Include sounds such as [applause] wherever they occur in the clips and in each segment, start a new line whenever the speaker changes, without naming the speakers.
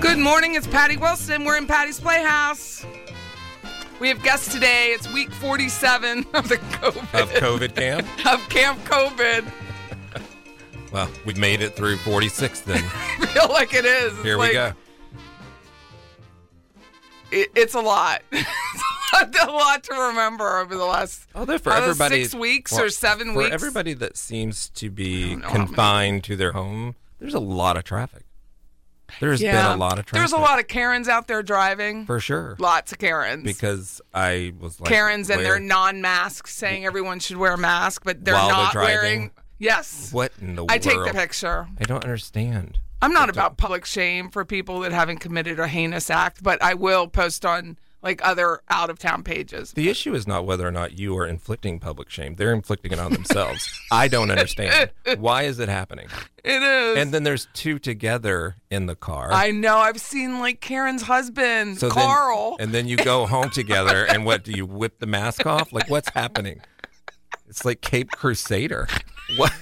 Good morning, it's Patty Wilson. We're in Patty's Playhouse. We have guests today. It's week 47 [laughs] of the COVID,
of COVID camp.
of Camp COVID. [laughs]
Well, we've made it through
[laughs]
46 then.
I feel like it is. It's
Here
like,
we go.
It, it's a lot. [laughs] It's a lot to remember over the last.
Although Oh, for
Uh,
everybody,
six weeks or seven
for
weeks?
everybody that seems to be
know how many.
confined to their home, there's a lot of traffic. There's been a lot of traffic.
There's a lot of Karens out there driving.
for sure.
Lots of Karens.
Because I was like
Karens and
where-
their non-masks saying everyone should wear a mask, but they're
While they're
not
driving?
wearing. Yes.
What in the
I
world?
take the picture.
I don't understand.
I'm not about public shame for people that haven't committed a heinous act, but I will post on like other out of town pages.
The issue is not whether or not you are inflicting public shame. They're inflicting it
[laughs]
on themselves. I don't understand. Why is it happening?
It is.
And then there's two together in the car.
I know. I've seen like Karen's husband,
So then-
Carl.
and then you go home together, and what do you whip the mask off? Like what's happening? It's like Cape Crusader. What?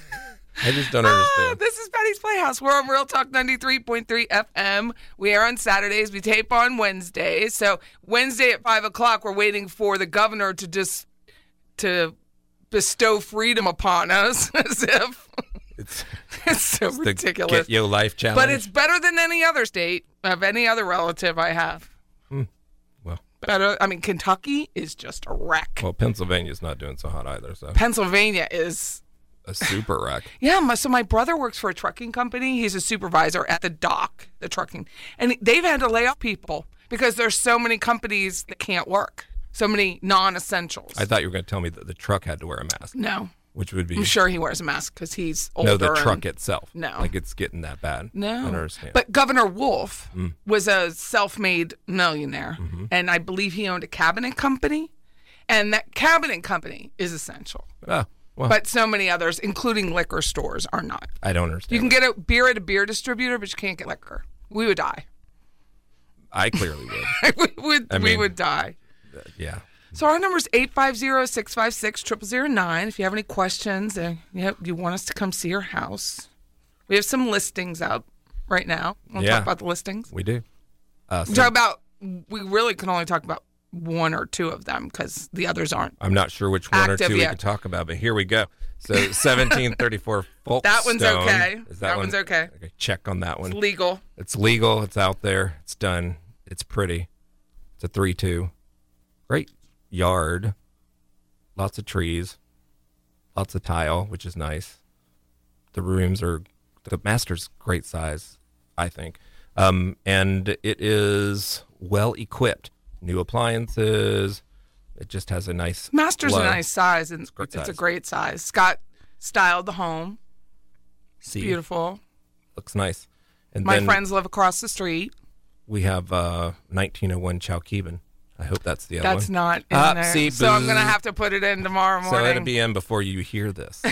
I just don't
Ah,
understand.
this is Betty's Playhouse. We're on Real Talk 93.3 FM. We air on Saturdays. We tape on Wednesdays. So Wednesday at five o'clock, we're waiting for the governor to just to bestow freedom upon us, [laughs] as if
It's
it's so
the
ridiculous.
Get Yo Life Challenge.
But it's better than any other state of any other relative I have.
Hmm. well,
Better. I mean, Kentucky is just a wreck.
well, Pennsylvania's not doing so hot either. So
Pennsylvania is.
a super wreck.
Yeah, my, so my brother works for a trucking company. He's a supervisor at the dock, the trucking, and they've had to lay off people because there's so many companies that can't work, so many non-essentials.
I thought you were going to tell me that the truck had to wear a mask,
no,
which would be
I'm sure he wears a mask because he's older.
no the
and-
truck itself.
No.
like it's getting that bad.
No.
I don't understand.
But Governor Wolf
Mm.
was a self made millionaire.
Mm-hmm.
And I believe he owned a cabinet company. And that cabinet company is essential.
Oh, well,
But so many others, including liquor stores, are not.
I don't
You
understand.
can get a beer at a beer distributor, but you can't get liquor. We would die. [laughs]
I clearly would.
we would,
I
we
mean-
would die.
Yeah.
So our number is 850-656-0009. If you have any questions and you, know, you want us to come see your house, we have some listings out right now. We'll
Yeah.
talk about the listings.
We do. Uh, so
talk about we really can only talk about one or two of them because the others aren't
I'm not sure which one or
Active
two we
yet.
could talk about, but here we go.
[laughs]
So 1734 Folkestone.
That one's okay.
Is
That one's okay.
Okay, check on that one.
It's legal.
It's legal. It's out there. It's done. It's pretty. It's a 3 2. Great yard. Lots of trees. Lots of tile, which is nice. The rooms are, the master's great size, I think. Um, and it is well equipped. New appliances. It just has a nice.
Master's
glow.
a nice size, and it's,
great
a
size.
great size. Scott styled the home.
See,
Beautiful.
Looks nice. And
My
then
friends live across the street.
we have uh, 1901 Chalkeban. I hope that's the other
That's
one.
not in
Ah,
there.
see,
so I'm going to
boo.
have to put it in tomorrow morning.
So it'll be in before you
[laughs]
hear this.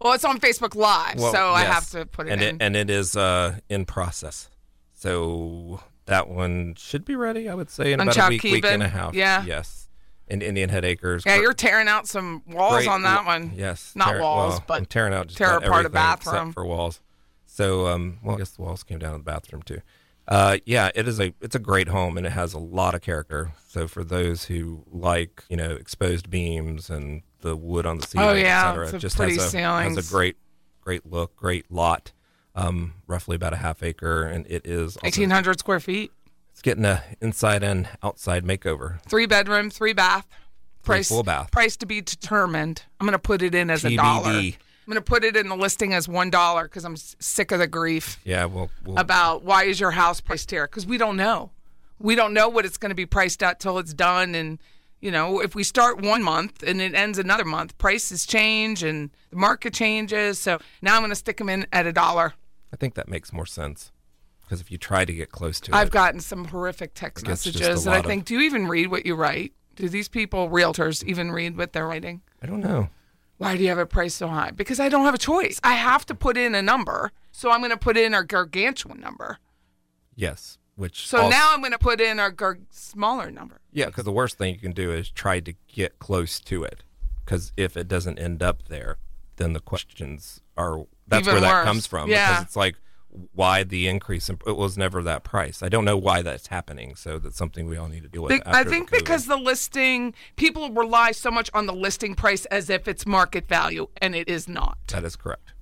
well, it's on Facebook Live,
Well,
so I
yes.
have to put it
and
in.
It, and it is uh, in process. So that one should be ready, I would say, in
On
about a week, week
Chalkeban?
and a half.
Yeah.
Yes. In Indian Head Acres.
yeah,
Gr-
you're tearing out some walls
great
on that
wa-
one.
Yes.
Not
tear-
walls,
well,
but
I'm tearing out just
tear
about
apart a
everything except
bathroom.
for walls. So, um, well, I guess the walls came down in the bathroom too. Uh, yeah, it is a it's a great home and it has a lot of character. So for those who like you know exposed beams and the wood on the ceiling,
Oh, yeah,
et cetera,
it's a
it just
pretty
has a, has
ceilings.
a great great look, great lot. Um, roughly about a half acre, and it is also,
1,800 square feet,
it's getting a inside and outside makeover.
three bedroom, three bath.
Three full bath.
Price to be determined. I'm going to put it in as a dollar. I'm
TBD.
going to put it in the listing as one dollar because I'm s- sick of the grief.
Yeah, we'll, we'll
about why is your house priced here because we don't know we don't know what it's going to be priced at till it's done and you know if we start one month and it ends another month prices change and the market changes so now i'm going to stick them in at a dollar
I think that makes more sense because if you try to get close to
i've
it,
gotten some horrific text
It's just a
messages that i
lot of-
think do you even read what you write do these people realtors even read what they're writing
I don't know.
why do you have it priced so high? Because I don't have a choice. I have to put in a number. So I'm going to put in a gargantuan number.
Yes, which
So
also-
now I'm going to put in a gar- smaller number.
yeah, because the worst thing you can do is try to get close to it, because if it doesn't end up there, then the questions are that's
Even
where that
worse.
comes from.
Yeah.
because it's like why the increase? In, it was never that price. I don't know why that's happening. So that's something we all need to deal with.
Be- I
after the
think
COVID.
because the listing people rely so much on the listing price as if it's market value, and it is not.
that is correct.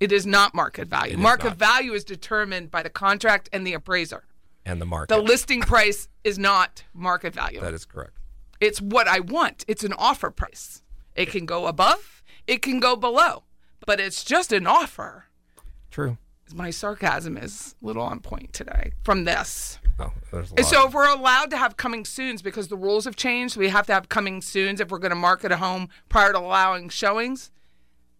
It is not market value.
is
market
not.
value is determined by the contract and the appraiser.
And the market
The listing price is not market value.
that is correct.
It's what I want. It's an offer price. It can go above, it can go below, but it's just an offer.
True.
My sarcasm is a little on point today from this.
Oh, there's a
And
lot.
so if we're allowed to have coming soons because the rules have changed, we have to have coming soons if we're going to market a home prior to allowing showings,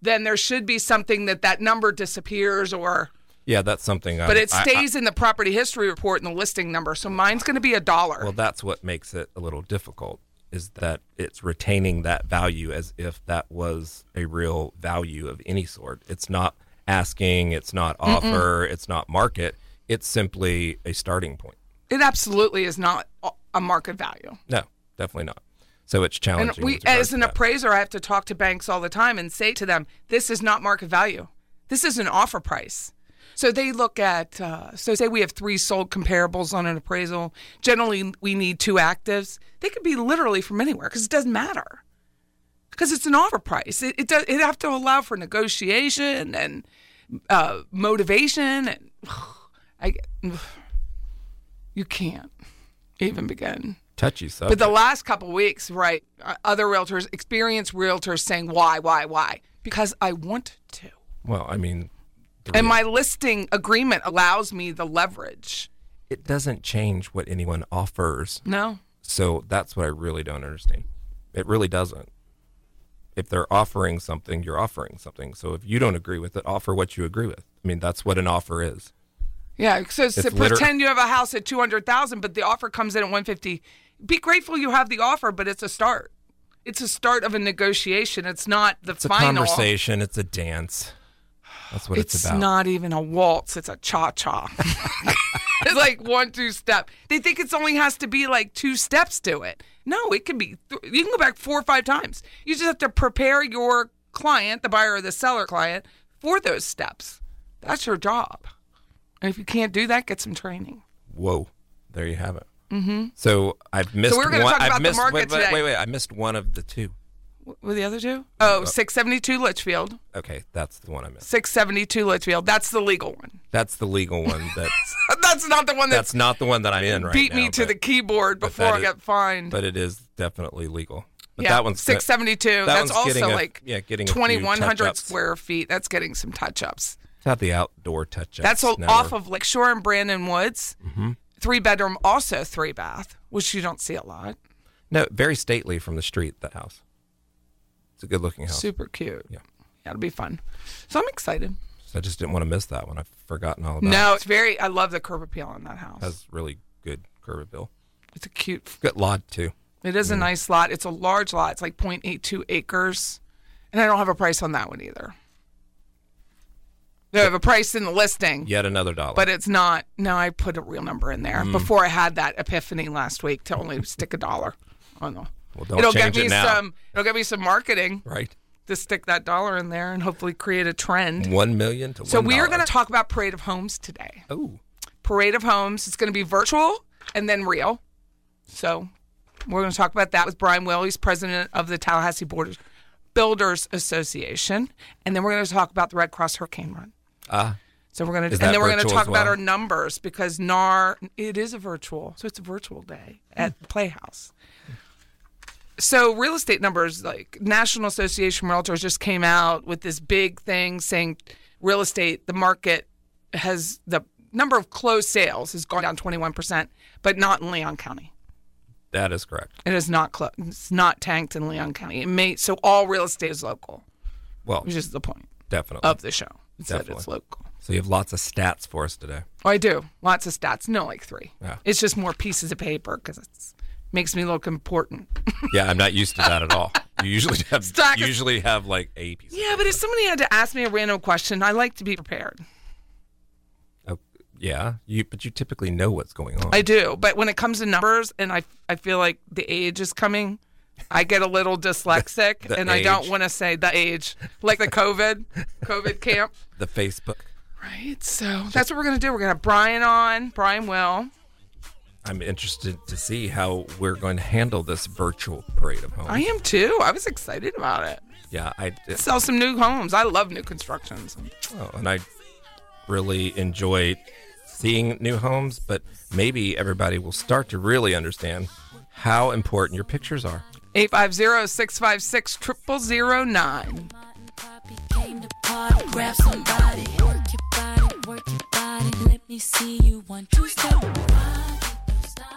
then there should be something that that number disappears or
yeah, that's something.
but it stays in the property history report and the listing number. So mine's going to be a dollar.
Well, that's what makes it a little difficult is that it's retaining that value as if that was a real value of any sort. It's not asking, it's not offer, it's not market. It's simply a starting point.
it absolutely is not a- a market value.
No, definitely not. So it's challenging.
And we
with regards
as
to
an
that.
appraiser, I have to talk to banks all the time and say to them, this is not market value. This is an offer price. So they look at, uh, so say we have three sold comparables on an appraisal. Generally, we need two actives. They could be literally from anywhere because it doesn't matter because it's an offer price. It, it does, it have to allow for negotiation and uh, motivation and [sighs] I, [sighs] you can't even begin.
touchy subject.
But the last couple weeks, right, uh, other realtors, experienced realtors saying, why, why, why? Because I want to.
well, I mean, the
And
rea-
my listing agreement allows me the leverage.
it doesn't change what anyone offers.
No.
So that's what I really don't understand. It really doesn't. If they're offering something, you're offering something. So if you don't agree with it, offer what you agree with. I mean, that's what an offer is.
Yeah. So, so
liter-
pretend you have a house at 200,000, but the offer comes in at 150. Be grateful you have the offer, but it's a start. It's a start of a negotiation. It's not the
It's a
final.
conversation, it's a dance. That's what it's,
It's
about.
not even a waltz. It's a cha cha. [laughs] it's like one, two step. They think it's only has to be like two steps to it. No, it can be, th- you can go back four or five times. You just have to prepare your client, the buyer or the seller client, for those steps. That's your job. And if you can't do that, get some training.
Whoa. There you have it. Mm-hmm. So I've missed
we're gonna
one.
talk
I've
about the
missed,
market
wait, wait,
today.
wait, wait. I missed one of the two.
What were the other two?
Uh,
Oh, 672 Litchfield.
Okay, that's the one I missed.
672 Litchfield. That's the legal one. [laughs]
That's the legal one. That
That's not the one that
that's not the one that I'm in right
beat
now.
me to
but,
the keyboard
but
before
that
I
is-
got fined.
But it is definitely legal. But
yeah,
that one's
six seventy two.
that
That's
one's getting
also
a-
like
yeah, getting a few
twenty one hundred
touch-ups.
square feet. That's getting some touch ups.
It's at the outdoor touch up.
That's all off of Lakeshore and Brandon Woods.
Mm-hmm.
Three bedroom, also three bath, which you don't see a lot.
No, very stately from the street. That house. It's a good looking house.
Super cute.
Yeah.
That'll be fun. So I'm excited.
So I just didn't want to miss that one. I've forgotten all about. it.
No, it's very. I love the curb appeal on that house.
Has really good curb appeal.
It's a cute.
Good lot too.
It is a nice lot. It's a large lot. It's like 0.82 acres, and I don't have a price on that one either. They have a price in the listing,
Yet another dollar.
but it's not. No, I put a real number in there
Mm.
before I had that epiphany last week to only stick a dollar on the.
Well, don't
it'll
change
get me
it now.
some. It'll get me some marketing
right.
to stick that dollar in there and hopefully create a trend.
One million to
So
one
we are going
dollar.
to talk about Parade of Homes today.
Oh,
Parade of Homes. It's going to be virtual and then real. So we're going to talk about that with Brian Will. He's president of the Tallahassee Borders Builders Association, and then we're going to talk about the Red Cross Hurricane Run.
Ah.
so we're going to,
Is
and
that
then we're going to
virtual
talk
as
about
well?
our numbers because NAR it is a virtual, so it's a virtual day at
Hmm.
the Playhouse. So real estate numbers like National Association of Realtors just came out with this big thing saying real estate the market has the number of closed sales has gone down 21%, but not in Leon County.
that is correct.
It is not clo- it's not tanked in Leon County. It may so all real estate is local,
Well,
which is the point
definitely.
of the show. It's that it's
Definitely.
local.
so you have lots of stats for us today.
Oh, I do lots of stats. No, like three.
Yeah.
It's just more pieces of paper because it makes me look important. [laughs]
Yeah, I'm not used to that at all. You usually have
Stack
you
of-
usually have like a piece.
yeah, but if somebody had to ask me a random question, I like to be prepared.
Oh, yeah, you but you typically know what's going on.
I do, but when it comes to numbers, and I I feel like the age is coming. I get a little dyslexic,
The
and I don't
age.
want to say the age, like the COVID, COVID camp.
the Facebook.
Right. So that's what we're gonna do. We're gonna have Brian on. Brian will.
I'm interested to see how we're going to handle this virtual parade of homes.
I am too. I was excited about it.
yeah, I did.
Sell some new homes. I love new constructions.
Oh, and I really enjoy seeing new homes, but maybe everybody will start to really understand how important your pictures are.
850-656-0009.
Poppy came to party, grab somebody, work your body, work your body. Let me see you one, two, step. Don't stop.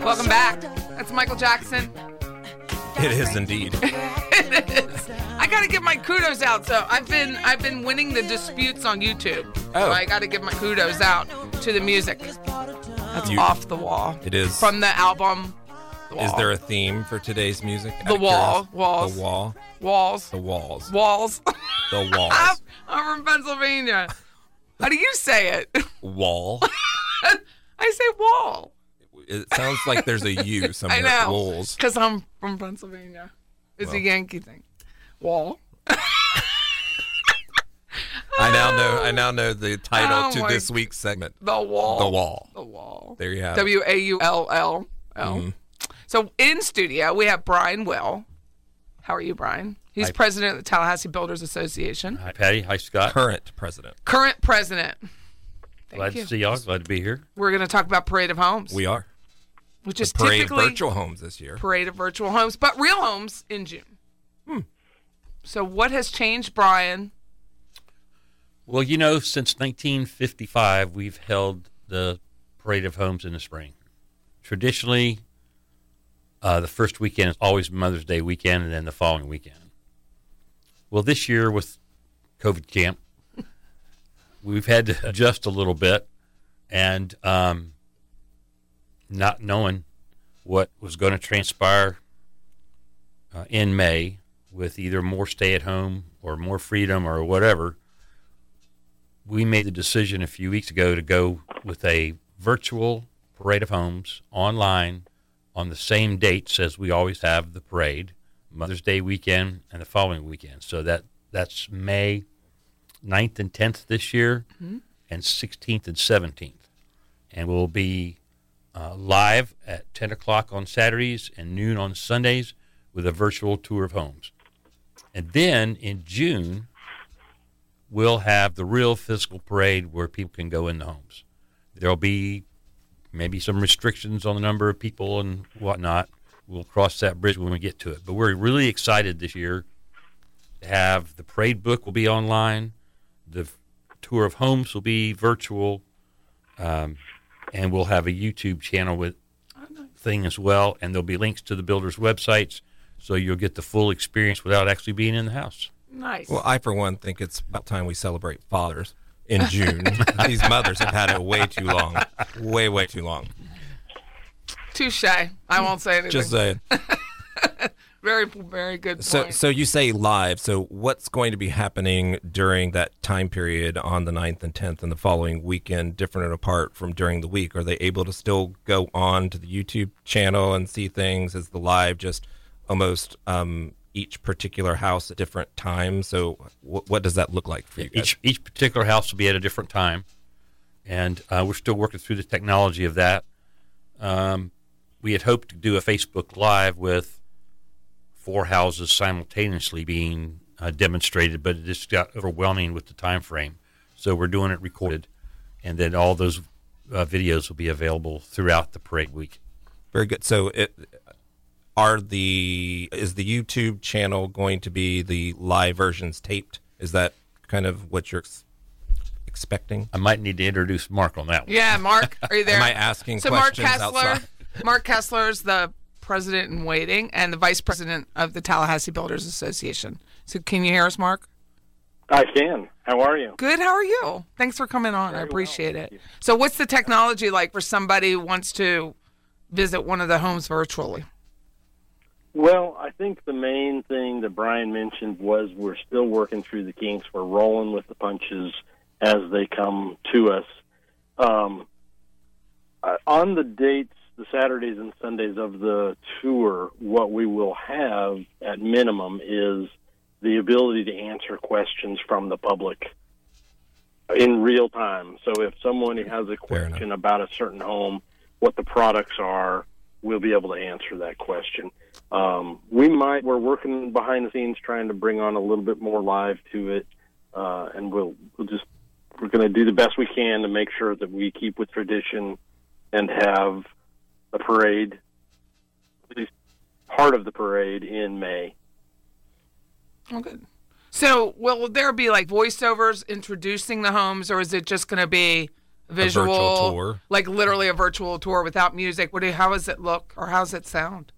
Welcome back. That's Michael Jackson. [laughs]
It is indeed.
I gotta give my kudos out. So I've been I've been winning the disputes on YouTube.
Oh.
So I gotta give my kudos out to the music. That's
You-
off the wall.
It is.
From the album The
Is
Wall.
there a theme for today's music?
The wall, walls.
The wall.
walls?
The walls.
Walls. [laughs]
The
I'm,
walls.
I'm from Pennsylvania. How do you say it? [laughs]
Wall.
I say wall.
It sounds like there's a U
[laughs]
somewhere.
I know.
Walls.
Because I'm from Pennsylvania. It's a
Well.
Yankee thing. Wall.
I now know. I now know the title
Oh
to
my-
this week's segment.
The wall.
The wall.
The wall.
There you have it.
W A U L L
Mm-hmm.
L. So in studio, we have Brian Will. How are you, Brian? He's president of the Tallahassee Builders Association,
Hi, Patty. Hi, Scott.
Uh, Current president.
current president. Thank
Glad
you.
to see y'all. Glad to be here.
We're going to talk about Parade of Homes,
We are
which is
parade
typically
virtual homes this year.
Parade of Virtual Homes, but real homes in June.
Hmm.
So what has changed, Brian?
Well, you know, since 1955, we've held the Parade of Homes in the spring. Traditionally, uh, the first weekend is always Mother's Day weekend and then the following weekend. Well, this year with COVID camp, [laughs] we've had to adjust a little bit and um, not knowing what was going to transpire uh, in May with either more stay at home or more freedom or whatever we made the decision a few weeks ago to go with a virtual parade of homes online on the same dates as we always have the parade, Mother's Day weekend and the following weekend. So that that's May 9th and 10th this year and 16th and 17th. And we'll be uh, live at 10 o'clock on Saturdays and noon on Sundays with a virtual tour of homes. And then in June, we'll have the real physical parade where people can go in the homes. There'll be maybe some restrictions on the number of people and whatnot. We'll cross that bridge when we get to it. But we're really excited this year to have the parade book will be online, the f- tour of homes will be virtual, um, and we'll have a YouTube channel with thing as well. And there'll be links to the builders' websites, so you'll get the full experience without actually being in the house.
Nice.
Well, I for one think it's about time we celebrate fathers
[laughs]
in June. These mothers have had it way too long, way way too long.
Too shy. I won't say anything.
Just saying.
very, very good
So
point.
so you say live. So what's going to be happening during that time period on the 9th and 10th and the following weekend different and apart from during the week? Are they able to still go on to the YouTube channel and see things? Is the live just almost um, each particular house at different times? So wh- what does that look like for you guys?
Each each particular house will be at a different time, and uh, we're still working through the technology of that. Um, we had hoped to do a Facebook Live with four houses simultaneously being uh, demonstrated, but it just got overwhelming with the time frame. So we're doing it recorded, and then all those uh, videos will be available throughout the parade week.
Very good. So it are the is the YouTube channel going to be the live versions taped? Is that kind of what you're ex- expecting?
I might need to introduce Mark on that one.
yeah, Mark, are you there?
[laughs] Am I asking
so Mark
questions
Kessler,
outside?
Mark Kessler is the president in waiting and the vice president of the Tallahassee Builders Association. So can you hear us, Mark?
I can. How are you?
Good. How are you? Thanks for coming on. I appreciate it. So, what's the technology like for somebody who wants to visit one of the homes virtually?
Well, I think the main thing that Brian mentioned was we're still working through the kinks. We're rolling with the punches as they come to us. Um, uh, on the dates, the Saturdays and Sundays of the tour, what we will have at minimum is the ability to answer questions from the public in real time. So if someone has a question about a certain home, what the products are, we'll be able to answer that question. Um, we might we're working behind the scenes trying to bring on a little bit more live to it, uh, and we'll we'll just we're going to do the best we can to make sure that we keep with tradition and have the parade, at least part of the parade in May.
Oh, good. So, will there be like voiceovers introducing the homes, or is it just going to be
virtual
visual,
tour.
like literally a virtual tour without music? What do? How does it look, or how does it sound?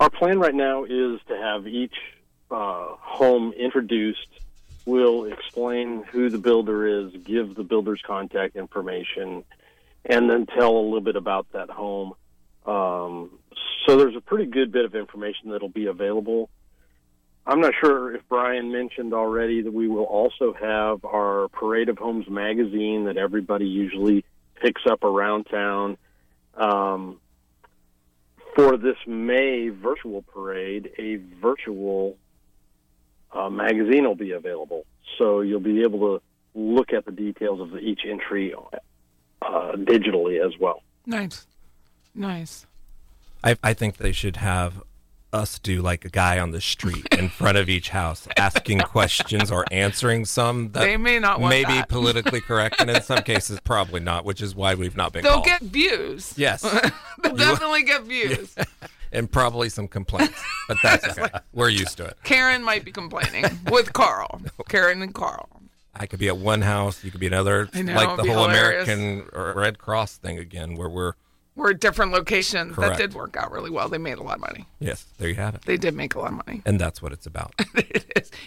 Our plan right now is to have each uh, home introduced. We'll explain who the builder is, give the builder's contact information, and then tell a little bit about that home. Um, so there's a pretty good bit of information that'll be available. I'm not sure if Brian mentioned already that we will also have our Parade of Homes magazine that everybody usually picks up around town. Um, for this May virtual parade, a virtual uh, magazine will be available. So you'll be able to look at the details of each entry uh, digitally as well.
Nice, nice.
I, I think they should have us do like a guy on the street
[laughs]
in front of each house asking questions or answering some that
They may not want
may be
that. [laughs]
politically correct and in some cases probably not, which is why we've not been
They'll
called.
get views. [laughs]
yes.
They'll definitely
[laughs]
get views.
and probably some complaints. But
[laughs]
that's okay. We're used to it.
Karen might be
[laughs]
complaining with Carl. Karen and Carl.
I could be at one house, you could be another.
I know,
like
it'd
the
be
whole
hilarious.
American or Red Cross thing again, where we're
were at different locations. That
Correct.
did work out really well. They made a lot of money.
yes, there you have it,
They did make a lot of money. [laughs]
and that's what it's about.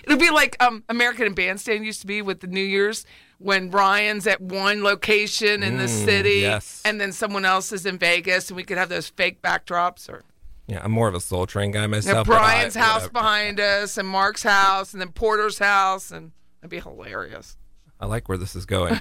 It'll be like um, American and Bandstand used to be with the New Year's when Ryan's at one location in the city,
Mm, yes.
and then someone else is in Vegas, and we could have those fake backdrops or
yeah, I'm more of a Soul Train guy
you know,
myself. but I-
Brian's house
whatever.
behind us and Mark's house and then Porter's house, and that'd be hilarious.
I like where this
[laughs]
is going.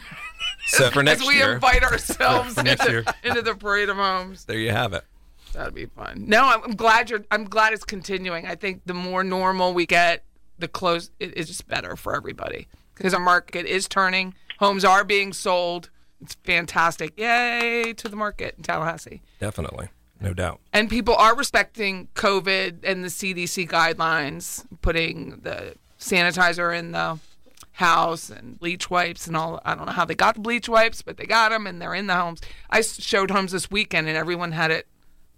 so for
As
next
we
year,
invite ourselves
For next year.
into, into the parade of homes.
there you have it.
That'd be fun. No, I'm, I'm glad you're. I'm glad it's continuing. I think the more normal we get, the close it, it's just better for everybody because our market is turning. Homes are being sold. It's fantastic. Yay to the market in Tallahassee.
Definitely, no doubt.
And people are respecting COVID and the CDC guidelines, putting the sanitizer in the house and bleach wipes and all. I don't know how they got the bleach wipes, but they got them and they're in the homes. I s- showed homes this weekend and everyone had it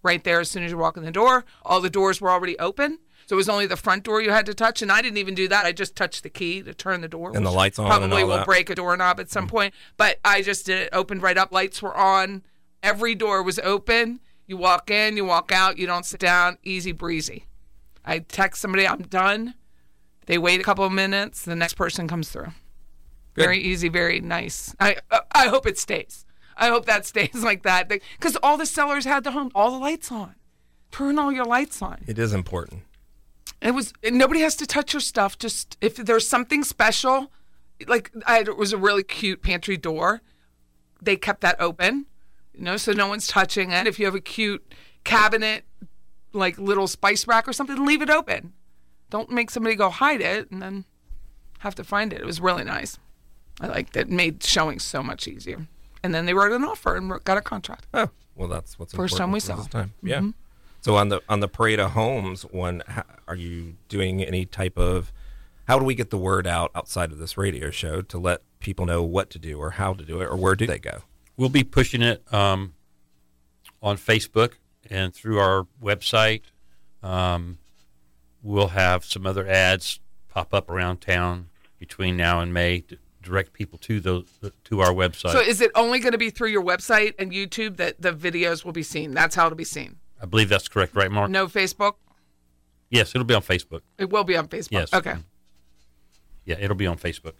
right there as soon as you walk in the door. All the doors were already open. So it was only the front door you had to touch. And I didn't even do that. I just touched the key to turn the door.
And the
which
lights on and
Probably
all
will
that. Mm-hmm.
break a doorknob at some point. But I just did it, opened right up. Lights were on. Every door was open. You walk in, you walk out, you don't sit down. Easy breezy. I text somebody, I'm done. They wait a couple of minutes. The next person comes through. Very easy, very nice. I uh, I hope it stays. I hope that [laughs] stays like that because all the sellers had the home, all the lights on. Turn all your lights on.
It is important.
It was and nobody has to touch your stuff. Just if there's something special, like I had, it was a really cute pantry door. They kept that open, you know, so no one's touching it. If you have a cute cabinet, like little spice rack or something, leave it open. Don't make somebody go hide it and then have to find it. It was really nice. I liked it. Made showing so much easier. And then they wrote an offer and wrote- got a contract.
Oh, well, that's what's
First
important
time we
for this
saw. Mm-hmm.
time. Yeah. So on the on the parade of homes one, h- are you doing any type of? How do we get the word out outside of this radio show to let people know what to do or how to do it or where do they go?
We'll be pushing it um, on Facebook and through our website. Um, we'll have some other ads pop up around town between now and May to direct people to those to our website.
So is it only going to be through your website and YouTube that the videos will be seen? That's how it'll be seen.
I believe that's correct, right, Mark?
No Facebook.
Yes, it'll be on Facebook.
It will be on Facebook.
Yes.
Okay.
Yeah, it'll be on Facebook.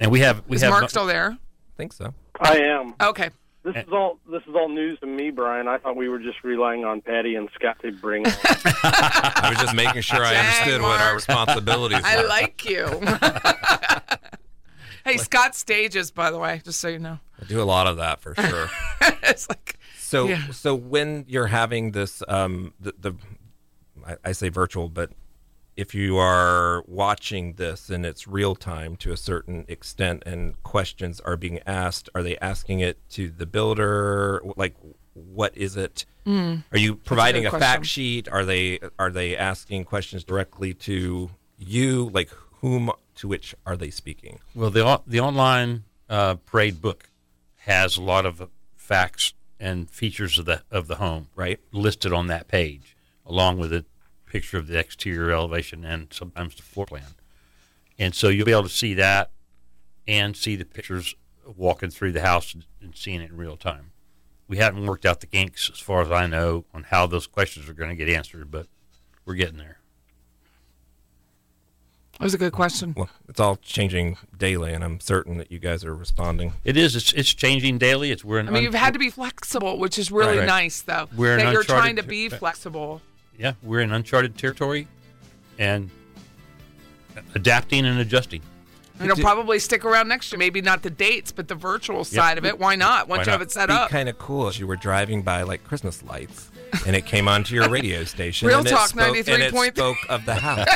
And we have we
Is
have
Mark still there?
I think so.
I am.
Okay.
Eh.
This is all. This is all news to me, Brian. I thought we were just relying on Patty and Scott to bring. On.
I was just making
[laughs]
sure I
Dang,
understood what
Mark.
our responsibilities
[laughs]
were.
I like
[laughs]
you. hey, Scott stages, by the way, just so you know. [laughs]
I do a lot of that for sure.
It's like
So
Yeah.
so when you're having this um the, the I, I say virtual, but if you are watching this and it's real time to a certain extent and questions are being asked, are they asking it to the builder? Like what is it? Are you providing a,
Mm. good
fact
question.
sheet? Are they are they asking questions directly to you? Like whom to which are they speaking?
well the on- the online uh, parade book has a lot of facts and features of the of the home
Right.
listed on that page, along with a picture of the exterior elevation and sometimes the floor plan. And so you'll be able to see that and see the pictures walking through the house and seeing it in real time. We haven't worked out the kinks, as far as I know, on how those questions are going to get answered, but we're getting there.
that was a good question.
Well, it's all changing daily and I'm certain that you guys are responding.
It is. It's, it's changing daily. It's we're in.
I mean,
un-
you've had to be flexible, which is really
Right.
nice, though.
We're in
that you're
uncharted uh,
trying to
ter-
be flexible.
yeah, we're in uncharted territory, and adapting and adjusting.
And it'll probably stick around next year. Maybe not the dates, but the virtual side of it. Why not? Once
Why
you have
not?
it set
be
up.
kind of cool if you were driving by like Christmas lights and it came onto
[laughs]
your radio station.
Real
and
Talk
it spoke, and it
93.3.
spoke of
[laughs]
the house.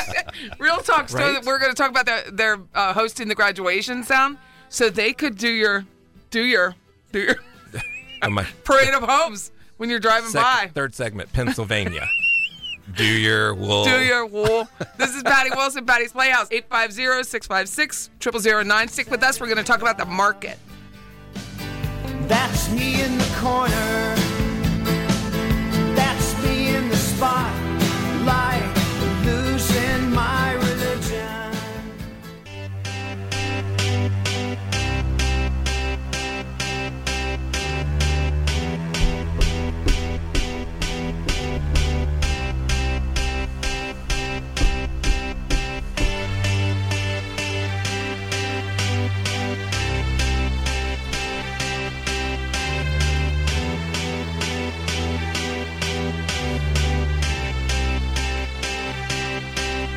Real talk. So
Right?
that we're going to talk about the, they're uh, hosting the graduation sound, so they could do your, do your, do your
And my
parade of homes when you're driving
sec-
by.
third segment, Pennsylvania. Do your wool.
Do your wool. This is Patty Wilson, Patty's Playhouse, 850 656 0009. Stick with us. We're going to talk about the market.
That's me in the corner. That's me in the spotlight, losing my religion.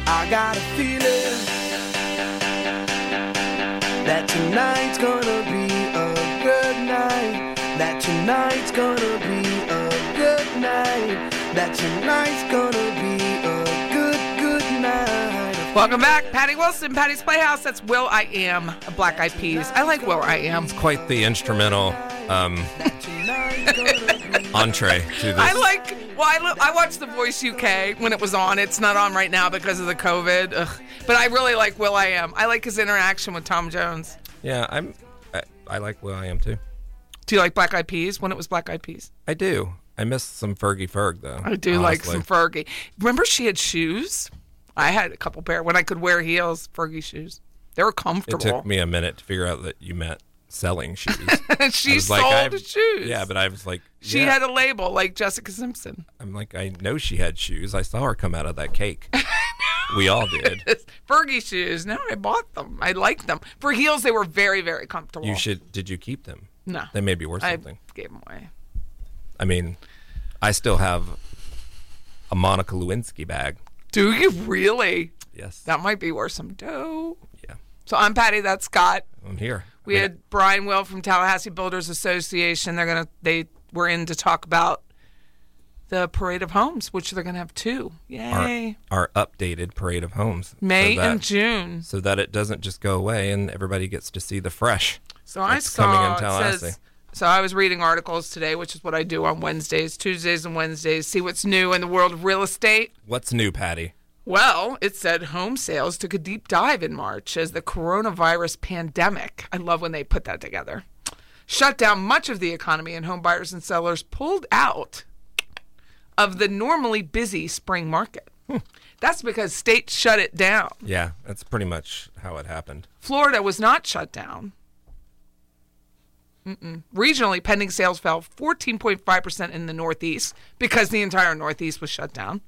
I got a feeling that tonight. Tonight's gonna be a good, good night.
Welcome back, Patty Wilson, Patty's Playhouse. That's Will I Am, Black Eyed Peas. I like Will I Am.
Quite the instrumental
[laughs]
um,
Tonight's gonna be
entree to this.
I like. Well, I, lo- I watched The Voice UK when it was on. It's not on right now because of the COVID. Ugh. But I really like Will I Am. I like his interaction with Tom Jones.
yeah, I'm. I, I like Will I Am too.
Do you like Black Eyed Peas? When it was Black Eyed Peas,
I do. I miss some Fergie Ferg though.
I do like some Fergie. Remember, she had shoes. I had a couple pair when I could wear heels, Fergie shoes. They were
It
comfortable.
took me a minute to figure out that you meant selling shoes.
[laughs] and
I
she
was
sold
like, I've-
shoes.
Yeah, but I was like,
she had a label like Jessica Simpson. [laughs]
I'm like, I know she had shoes. I saw her come out of
[laughs]
that cake. we all did.
Fergie shoes. No, I bought them. I liked them. For heels, they were very, very comfortable.
You should. Did you keep them?
No.
They may be worth
I
something.
gave them away.
I mean, I still have a Monica Lewinsky bag.
Do you really?
Yes.
That might be worth some dough.
Yeah.
So I'm Patty. That's Scott.
I'm here.
We
I mean,
had Brian Will from Tallahassee Builders Association. They're gonna. They were in to talk about the parade of homes, which they're gonna have two. Yay!
our, our updated parade of homes.
May
so that,
and June.
So that it doesn't just go away and everybody gets to see the fresh.
So I
It's
saw
coming in
it
Tallahassee.
says. So I was reading articles today, which is what I do on Wednesdays, Tuesdays, and Wednesdays. See what's new in the world of real estate.
What's new, Patty?
Well, it said home sales took a deep dive in March as the coronavirus pandemic. I love when they put that together. Shut down much of the economy, and home buyers and sellers pulled out of the normally busy spring market. That's because states shut it down.
Yeah, that's pretty much how it happened.
Florida was not shut down. Mm-mm. Regionally, pending sales fell 14.5% in the Northeast because the entire Northeast was shut down.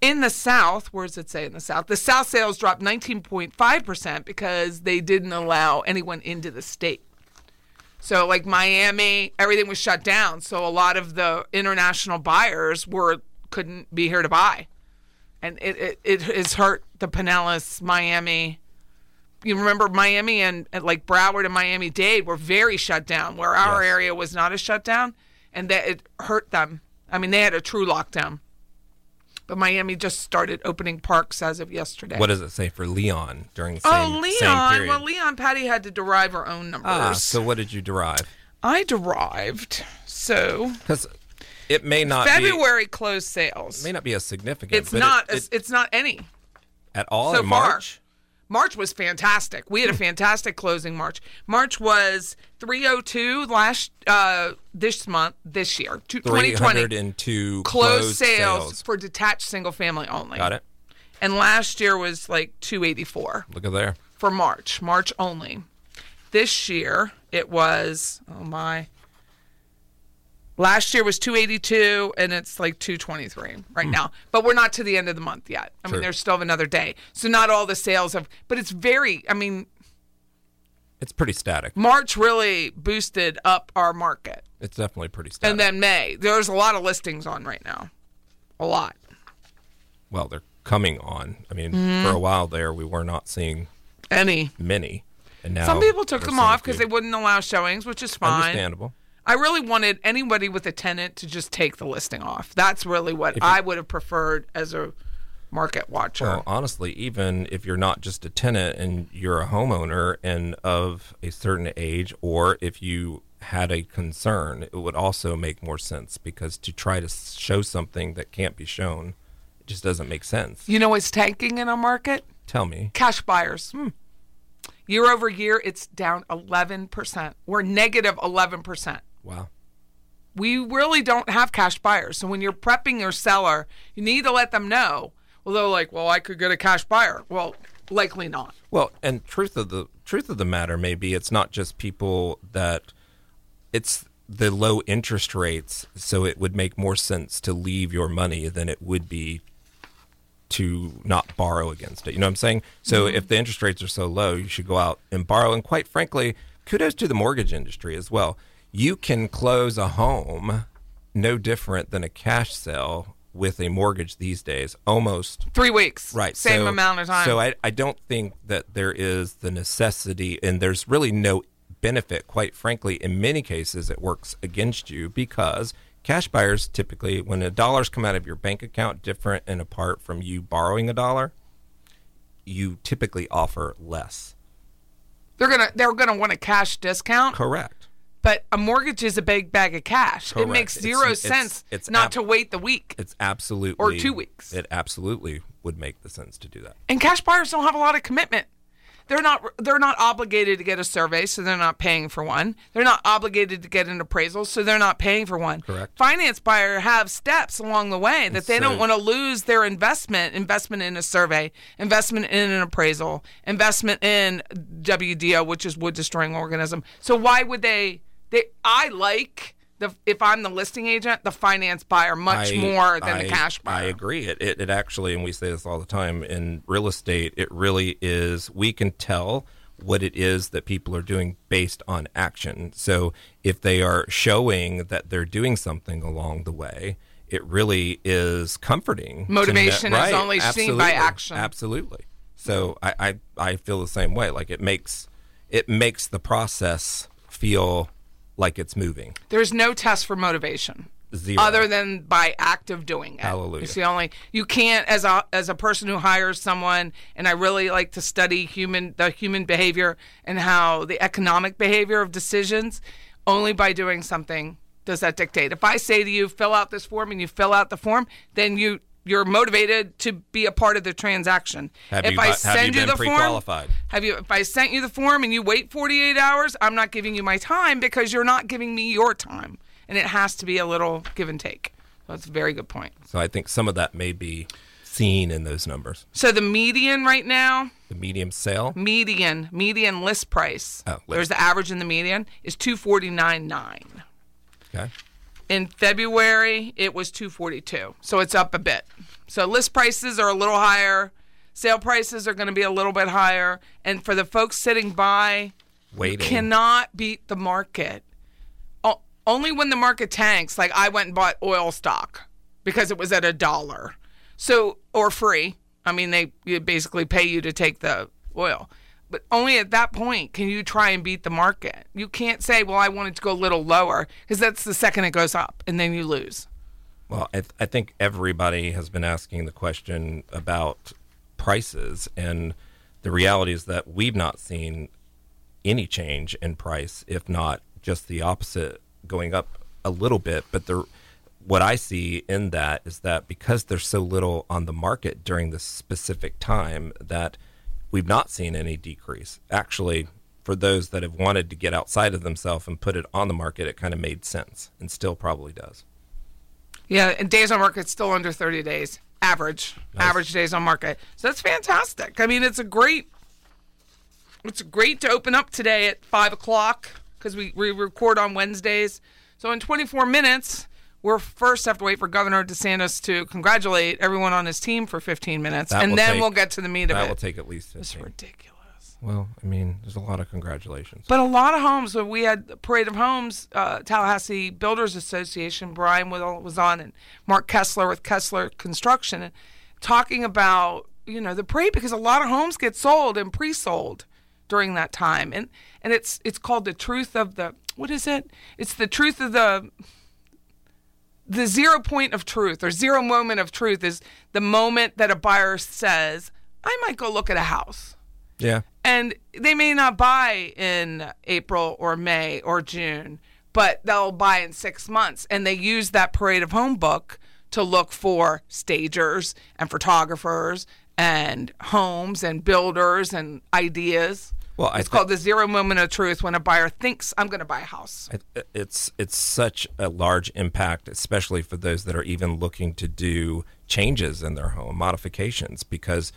In the South, where does it say in the South? The South sales dropped 19.5% because they didn't allow anyone into the state. So, like Miami, everything was shut down. So, a lot of the international buyers were couldn't be here to buy. And it, it, it has hurt the Pinellas, Miami, you remember Miami and, and, like Broward and Miami Dade were very shut down, where our
Yes.
area was not as shut down, and that it hurt them. I mean, they had a true lockdown. But Miami just started opening parks as of yesterday.
What does it say for Leon during the same,
oh,
same
Leon.
period?
Well, Leon Patty had to derive her own numbers.
ah, so what did you derive?
I derived. So
Because it may not
February closed sales.
be, may not be as significant.
it's
but it-
not.
it-
it's, it's not any.
at all
so
in
far.
March.
March was fantastic. We had
Hmm.
a fantastic closing March. March was 302 last uh this month this year. two- 2020
302
closed, sales, for detached single family only.
Got it.
And last year was like 284
Look at there.
for March, March only. This year it was oh my Last year was 282 and it's like 223 right now. But we're not to the end of the month yet. I
Sure.
mean, there's still another day. So not all the sales have but it's very I mean,
It's pretty static.
March really boosted up our market.
It's definitely pretty static.
And then May, there's a lot of listings on right now. A lot.
well, they're coming on. I mean,
Mm-hmm.
for a while there, we were not seeing
Any.
many, and now
Some people took
we're
them
seeing
off
a
because they
few.
wouldn't allow showings, which is fine.
understandable.
I really wanted anybody with a tenant to just take the listing off. That's really what I would have preferred as a market watcher.
Well, honestly, even if you're not just a tenant and you're a homeowner and of a certain age, or if you had a concern, it would also make more sense because to try to s- show something that can't be shown, it just doesn't make sense.
you know what's tanking in our market?
Tell me,
Cash buyers.
Hmm.
Year over year, it's down 11%. We're negative 11%.
wow,
we really don't have cash buyers. So when you're prepping your seller, you need to let them know. Well, they're like, well, I could get a cash buyer. Well, likely not.
Well, and truth of the truth of the matter may be it's not just people that it's the low interest rates, so it would make more sense to leave your money than it would be to not borrow against it. You know what I'm saying? So if the interest rates are so low, you should go out and borrow. And quite frankly, kudos to the mortgage industry as well. You can close a home no different than a cash sale with a mortgage these days, almost
Three weeks.
Right.
Same
so-
amount of time.
So I, I don't think that there is the necessity, and there's really no benefit, quite frankly. In many cases, it works against you because Cash buyers typically, when the dollars come out of your bank account, different and apart from you borrowing a dollar, you typically offer less.
They're gonna they're gonna want a cash discount,
Correct.
but a mortgage is a big bag of cash.
Correct.
It makes
It's-
zero
it's-
sense
it's
not
ab-
to wait the week.
It's absolutely
two weeks.
It absolutely would make the sense to do that.
And cash buyers don't have a lot of commitment. They're not they're not obligated to get a survey, so they're not paying for one. They're not obligated to get an appraisal, so they're not paying for one.
Correct.
Finance buyer have steps along the way that they don't
so-
want to lose their investment, investment in a survey, investment in an appraisal, investment in WDO, which is wood destroying organism. So why would they they I like the if I'm the listing agent, the finance buyer much
I-
more than
I-
the cash buyer.
I agree. It, it it actually, and we say this all the time in real estate. It really is. We can tell what it is that people are doing based on action. So if they are showing that they're doing something along the way, it really is comforting. to kn-
Motivation is
right,
only seen by
absolutely,
action.
Absolutely. So I, I I feel the same way. Like it makes it makes the process feel like it's moving.
There's no test for motivation.
Zero.
Other than by active doing it.
Hallelujah.
It's the only you can't as a as a person who hires someone and I really like to study human the human behavior and how the economic behavior of decisions only by doing something does that dictate. If I say to you fill out this form and you fill out the form, then you you're motivated to be a part of the transaction.
Have
if
you
I
bu- have you
send
been
the form,
pre-qualified?
have you? If I sent you the form and you wait 48 hours, I'm not giving you my time because you're not giving me your time, and it has to be a little give and take. So that's a very good point.
So I think some of that may be seen in those numbers.
So the median right now,
The medium sale.
median, median list price.
Oh, list.
There's the average and the median is 249.9.
Okay.
In February, it was 242. So it's up a bit. So list prices are a little higher. Sale prices are going to be a little bit higher. And for the folks sitting by,
Waiting.
cannot beat the market. O- only when the market tanks, like I went and bought oil stock because it was at a dollar. So or free. I mean, they you basically pay you to take the oil. But only at that point can you try and beat the market. You can't say, "Well, I wanted to go a little lower," because that's the second it goes up, and then you lose.
Well, I, th- I think everybody has been asking the question about prices, and the reality is that we've not seen any change in price, if not just the opposite, going up a little bit. But the what I see in that is that because there's so little on the market during this specific time, that we've not seen any decrease. Actually, for those that have wanted to get outside of themselves and put it on the market, it kind of made sense, and still probably does.
Yeah, and days on market still under 30 days average. Average days on market. So that's fantastic. I mean, it's a great. It's great to open up today at five o'clock because we, we record on Wednesdays. So in 24 minutes, we're first have to wait for Governor DeSantis to congratulate everyone on his team for 15 minutes,
That
and
will
then
take-
we'll get to the meat of
That
it.
will take at least
it's
15.
ridiculous.
Well, I mean, there's a lot of congratulations.
But a lot of homes, when we had Parade of Homes, uh, Tallahassee Builders Association, Brian Will was on, and Mark Kessler with Kessler Construction, and talking about you know the parade because a lot of homes get sold and pre-sold during that time, and and it's it's called the truth of the what is it? It's the truth of the the zero point of truth or zero moment of truth is the moment that a buyer says, "I might go look at a house."
yeah.
and they may not buy in April or May or June, but they'll buy in six months. And they use that parade of home book to look for stagers and photographers and homes and builders and ideas.
Well, I
it's
thi-
called the zero moment of truth when a buyer thinks I'm going to buy a house.
I- It's it's such a large impact, especially for those that are even looking to do changes in their home, modifications, because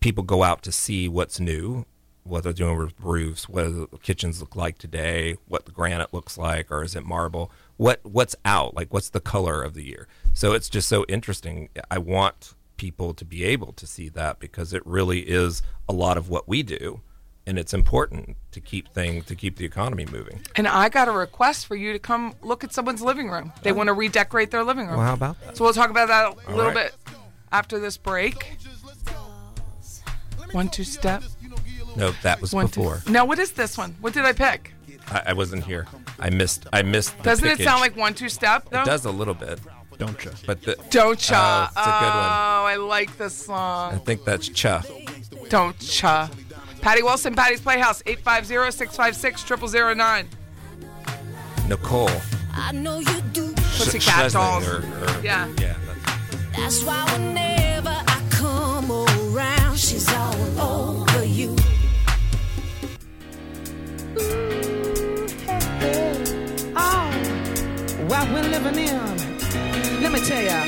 people go out to see what's new, what they're doing with roofs, what the kitchens look like today, what the granite looks like, or is it marble? What what's out? Like what's the color of the year? So it's just so interesting. I want people to be able to see that because it really is a lot of what we do and it's important to keep thing to keep the economy moving.
And I got a request for you to come look at someone's living room. They want to redecorate their living room.
Well, how about that?
So we'll talk about that a
All
little
right.
bit after this break. One, two step.
No, that was
One, two-
before.
No, what is this one? What did I pick?
I, I wasn't here. I missed. I missed. the
Doesn't it
pickage.
sound like one two step though?
It does a little bit,
Don't trust.
but the,
Don't cha.
Oh, it's a good one.
Oh, I like this
I
song.
think that's Chuff.
Don't cha. Patty Wilson, Patty's Playhouse, 850 656 0009.
Nicole.
I know you do.
Pussycat
Schlesinger,
Dolls.
or- or-
Yeah.
Yeah. that's-
That's why whenever I come around, she's all over you.
Oh, what we're living in. Let me tell ya.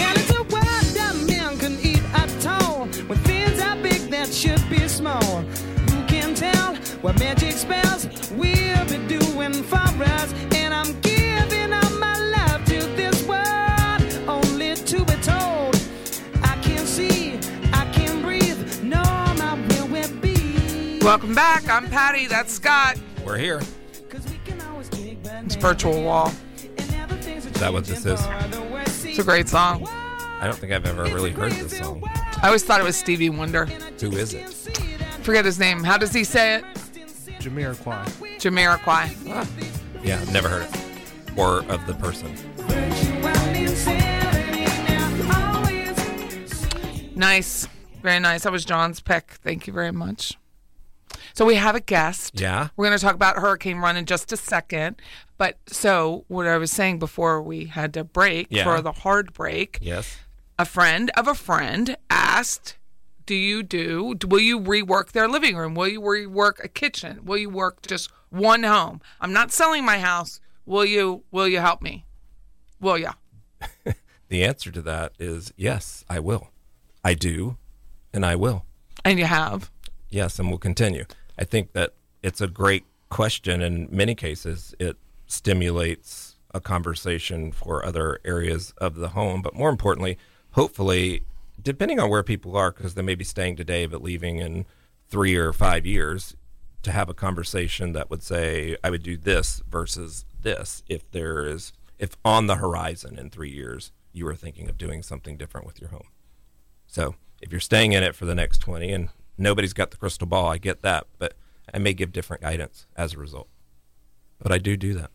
And it's a world that men can eat at all. When things are big that should be small. Who can tell what magic spells we'll be doing for us? And I'm giving all my love to this world, only to be told. I can't see, I can't breathe, nor am I where we'll be.
Welcome back. I'm Patty. That's Scott.
We're here.
'Cause we can always kick back
It's virtual wall.
Is that what this is?
It's a great song.
I don't think I've ever really heard this song.
I always thought it was Stevie Wonder.
Who is it?
Forget his name. How does he say it?
Jamiroquai.
Jamiroquai.
Yeah, I've never heard it. Or of the person.
Nice. Very nice. That was John's pick. Thank you very much. So we have a guest.
Yeah.
We're going to talk about Hurricane Run in just a second. But so, what I was saying before we had to break
Yeah.
for the hard break,
Yes.
a friend of a friend asked, Do you do, will you rework their living room? Will you rework a kitchen? Will you work just one home? I'm not selling my house. Will you, will you help me? Will ya?
The answer to that is yes, I will. I do, and I will.
And you have.
Yes, and we'll continue. I think that it's a great question. In many cases, it stimulates a conversation for other areas of the home. But more importantly, hopefully, depending on where people are, because they may be staying today but leaving in three or five years, to have a conversation that would say, I would do this versus this if there is, if on the horizon in three years you are thinking of doing something different with your home. So if you're staying in it for the next 20 and nobody's got the crystal ball, I get that, but I may give different guidance as a result. But I do do that.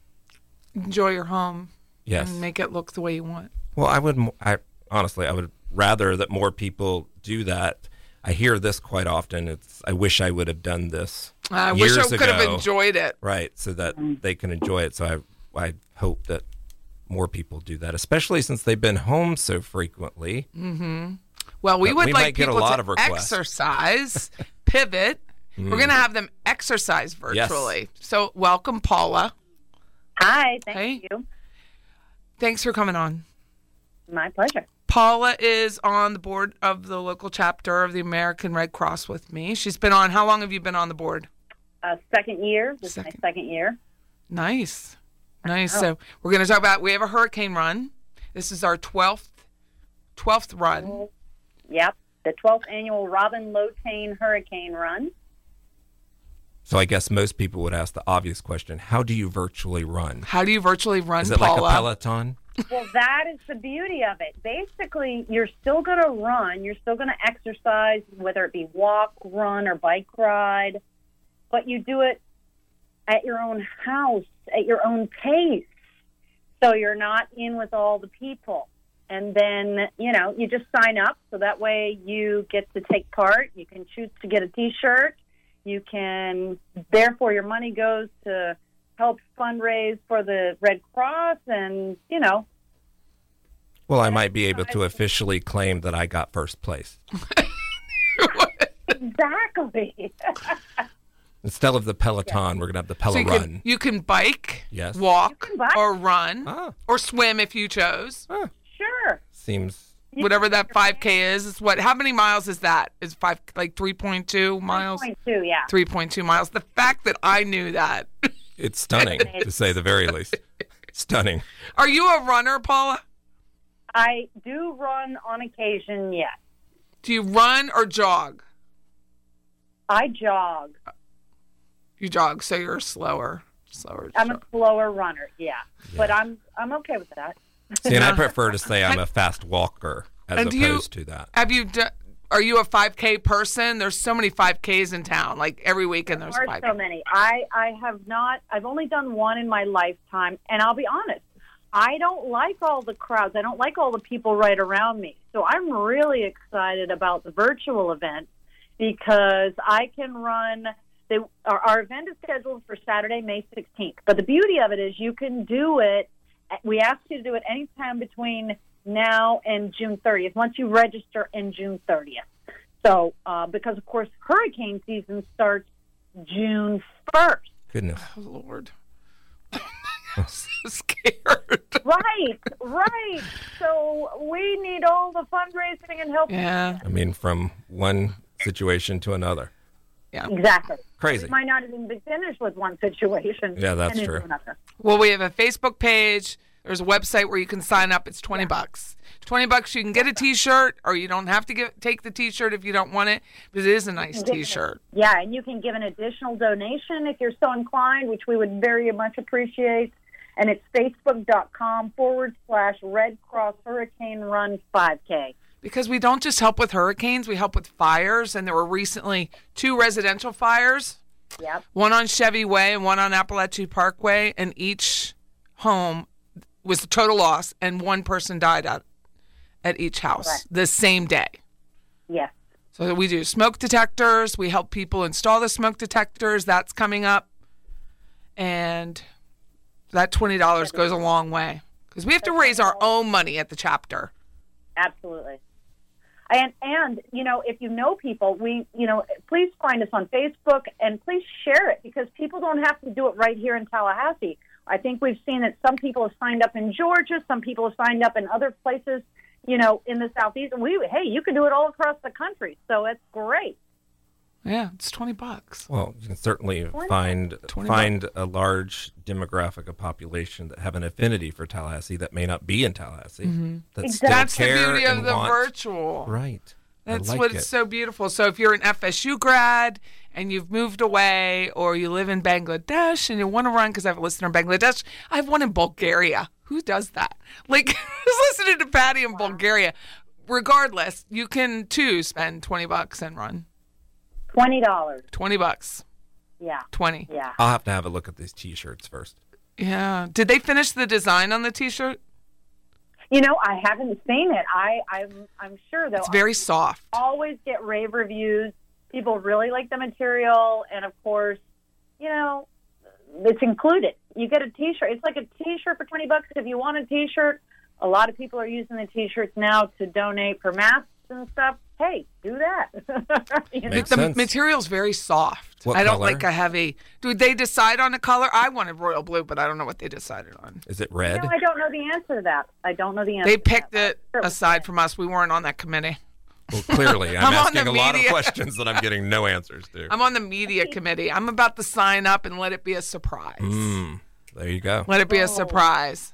Enjoy your home.
Yes.
And make it look the way you want.
Well, I would. m- I honestly, I would rather that more people do that. I hear this quite often. It's I wish I would have done this.
I wish I
years
could have
ago.
enjoyed it.
Right, so that they can enjoy it. So I I hope that more people do that, especially since they've been home so frequently.
Well, we
But
would like
we might get a
people
lot
to
of requests. Mm.
exercise, [laughs] pivot. We're going to have them exercise virtually. So, welcome, Paula.
Hi, thank
Hey.
you.
Thanks for coming on.
My pleasure.
Paula is on the board of the local chapter of the American Red Cross with me. She's been on, how long have you been on the board?
Uh, second year. This is
Second.
my second year.
Nice. Nice. So, we're going to talk about we have a hurricane run. This is our 12th 12th run.
Yep. The 12th annual Robin Lotane Hurricane Run.
So I guess most people would ask the obvious question: How do you virtually run?
How do you virtually run
Is it
Paula?
like a Peloton?
Well, that is the beauty of it. Basically, you're still going to run, you're still going to exercise, whether it be walk, run, or bike ride, but you do it at your own house, at your own pace. So you're not in with all the people. And then, you know, you just sign up. So that way you get to take part. You can choose to get a t shirt. You can, therefore, your money goes to help fundraise for the Red Cross and, you know,
Well, I might be able to officially claim that I got first place
Exactly.
instead of the Peloton. We're gonna have the Pella
So you
Run.
can you can bike,
Yes.
walk,
You can bike.
or run,
Ah.
or swim if you chose.
sure.
Seems
Whatever that 5K is, is what? How many miles is that? Is five like 3.2 miles?
Point two, yeah.
3.2 miles. The fact that I knew that. [laughs]
it's stunning to say the very least. Stunning.
Are you a runner, Paula?
I do run on occasion, yes.
Do you run or jog?
I jog.
You jog, so you're slower, slower.
I'm a
jog.
slower runner, yeah. But I'm I'm okay with that.
[laughs]
See, and I prefer to say I'm a fast walker as
And do you-
opposed to that.
Have you d- Are you a 5K person? There's so many 5Ks in town. Like every weekend, there's
are
5K.
so many. I, I have not, I've only done one in my lifetime. And I'll be honest, I don't like all the crowds. I don't like all the people right around me. So I'm really excited about the virtual event because I can run. They, our, our event is scheduled for Saturday, May 16th. But the beauty of it is you can do it. We ask you to do it anytime between now and June 30th, once you register in June 30th. So, uh, because of course, hurricane season starts June 1st.
Goodness.
Oh, Lord. [laughs]
right, right. So we need all the fundraising and help.
I mean, from one situation to another.
Yeah.
Exactly.
Crazy.
We might not even be finished with one situation.
Yeah, that's
and into
true.
another.
Well, we have a Facebook page. There's a website where you can sign up. It's 20 bucks. 20 bucks you can get a t-shirt or you don't have to get take the t-shirt if you don't want it, but it is a nice t-shirt.
Yeah, and you can give an additional donation if you're so inclined, which we would very much appreciate. And it's facebook.com forward slash Red Cross Hurricane Run 5K.
Because we don't just help with hurricanes, we help with fires and there were recently two residential fires.
Yep.
One on Chevy Way and one on Appalachian Parkway and each home was a total loss and one person died at, at each house
Correct.
the same day.
Yes.
So we do smoke detectors. We help people install the smoke detectors. That's coming up, and that twenty dollars goes a long way because we have to raise our own money at the chapter.
Absolutely. And and you know, if you know people, we you know, please find us on Facebook and please share it because people don't have to do it right here in Tallahassee. I think we've seen that some people have signed up in Georgia, some people have signed up in other places, you know, in the southeast. And we hey, you can do it all across the country. So it's great.
Yeah, it's twenty bucks.
Well, you can certainly
Twenty-
find
Twenty
find a large demographic of population that have an affinity for Tallahassee that may not be in Tallahassee. That still
Mm-hmm. That's the
care
beauty of
and
the
want-
virtual.
Right. I
That's
like
what's so beautiful. So if you're an FSU grad and you've moved away, or you live in Bangladesh and you want to run, because I have a listener in Bangladesh, I have one in Bulgaria. Who does that? [laughs] Like, who's listening to Patty in Bulgaria? Regardless, you can too spend twenty bucks and run.
Twenty dollars.
Twenty bucks.
Yeah.
Twenty.
Yeah.
I'll have to have a look at these T-shirts first.
Yeah. Did they finish the design on the T-shirt?
You know, I haven't seen it. I, I'm I'm sure though
It's very soft.
always get rave reviews. People really like the material, and of course, you know, it's included. You get a T-shirt. It's like a T-shirt for twenty bucks if you want a T-shirt. A lot of people are using the T-shirts now to donate for masks and stuff. Hey, do that. [laughs] You know?
Makes
the
sense.
material's very soft.
What
I don't
color?
like a heavy. Did they decide on a color? I wanted royal blue, but I don't know what they decided on.
Is it
You
red?
know, I don't know the answer to that. I don't know the answer.
They
to
picked
that.
it aside from us. We weren't on that committee.
Well, clearly, I'm,
I'm on the
asking a lot of
media.
questions that I'm getting no answers to.
I'm on the media committee. I'm about to sign up and let it be a surprise.
Mm, there you go.
Let it be a surprise.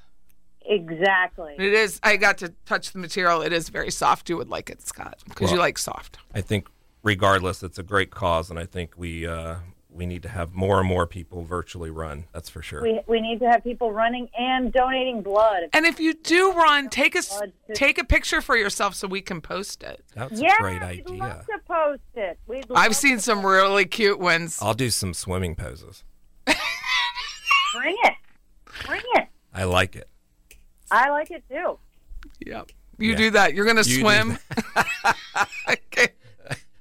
Exactly.
It is. I got to touch the material. It is very soft. You would like it, Scott, because you
Well,
like soft.
I think, regardless, it's a great cause, and I think we uh, we need to have more and more people virtually run. That's for sure.
We, we need to have people running and donating blood.
And if you do run, take a s-
God, this-
take a picture for yourself so we can post it.
That's
yeah,
a great
we'd
idea.
love to post it. We'd love
I've seen some really cute ones.
I'll do some swimming poses.
to bring it. Bring it.
I like it.
I like it too.
Yep. You
Yeah.
do that. You're gonna
You do
swim.
[laughs]
okay.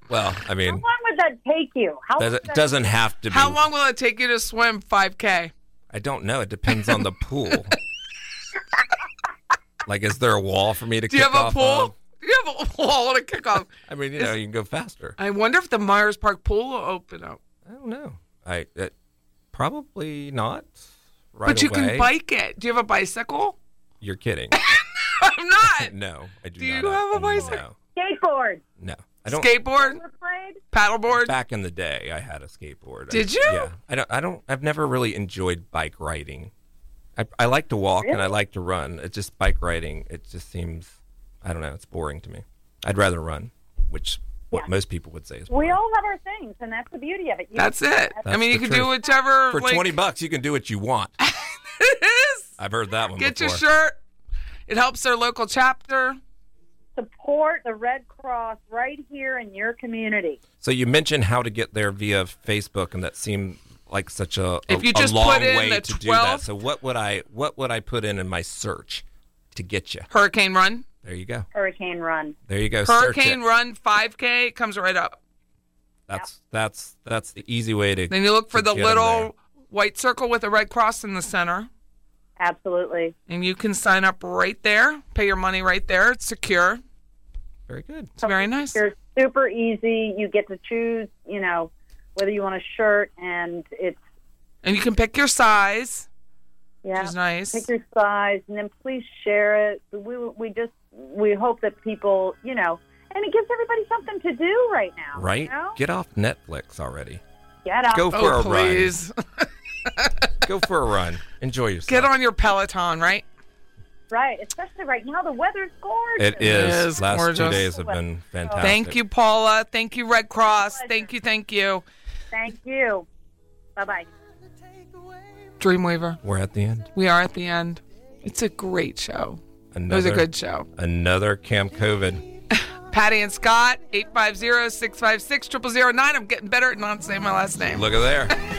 Well, I
How
mean,
long would that take you? How long would
doesn't
that-
doesn't have to be.
How long will it take you to swim 5K?
I don't know. It depends on the pool.
[laughs]
like, is there a wall for me to
Do you
kick
have a
off um,
pool?
on?
Do [laughs] you have a wall to kick off?
I mean, you know, you can go faster.
I wonder if the Myers Park pool will open up.
I don't know. I it, probably not. Right
but you
away.
can bike it. Do you have a bicycle? [laughs]
You're kidding.
I'm not.
no, I do,
Do
not.
you have a bicycle?
No,
Skateboard.
no. I don't.
Skateboard,
I'm afraid.
paddleboard.
Back in the day, I had a skateboard. I-
Did you?
Yeah. I don't. I don't. I've never really enjoyed bike riding. I, I like to walk and I like to run. It's just bike riding. It just seems. I don't know. It's boring to me. I'd rather run, which what most people would say is.
We
boring.
all have our things, and that's the beauty of it. You-
That's it. I
That's
mean, you
the
can do
truth.
whichever.
For
like,
twenty bucks, you can do what you want. I've heard that one.
[laughs] Get your
before.
shirt. It helps their local chapter.
support the Red Cross right here in your community.
So you mentioned how to get there via Facebook, and that seemed like such a, a-
If you
a
just
long
put in
way
the
to do
12th
that. So what would I what would I put in in my search to get you?
Hurricane Run.
There you go.
Hurricane Run.
There you go. Search
Hurricane
it.
Run 5K it comes right up.
That's that's that's the easy way to.
Then you look for
to
the
get 'em there.
little white circle with a red cross in the center,
Absolutely.
and you can sign up right there. Pay your money right there. It's secure.
Very good.
It's very nice.
You're super easy. You get to choose, you know, whether you want a shirt and it's
And you can pick your size.
yeah,
Which is nice.
Pick your size and then please share it. We we just we hope that people, you know, and it gives everybody something to do right now. you
Right.
know?
Get off Netflix already.
Get out.
Go for
Oh,
a
please.
run. Go for a run. Enjoy yourself.
Get on your Peloton, right?
Right, especially right now. The weather's gorgeous.
It is.
It is
Last two
gorgeous.
days have been fantastic.
Thank you, Paula. Thank you, Red Cross. Thank you, thank you,
Thank you. Bye bye.
Dreamweaver.
We're at the end.
We are at the end. It's a great show.
Another,
it was a good show.
Another Camp COVID.
Patty and Scott, 850 656 0009. I'm getting better at not saying my last name.
Look at there.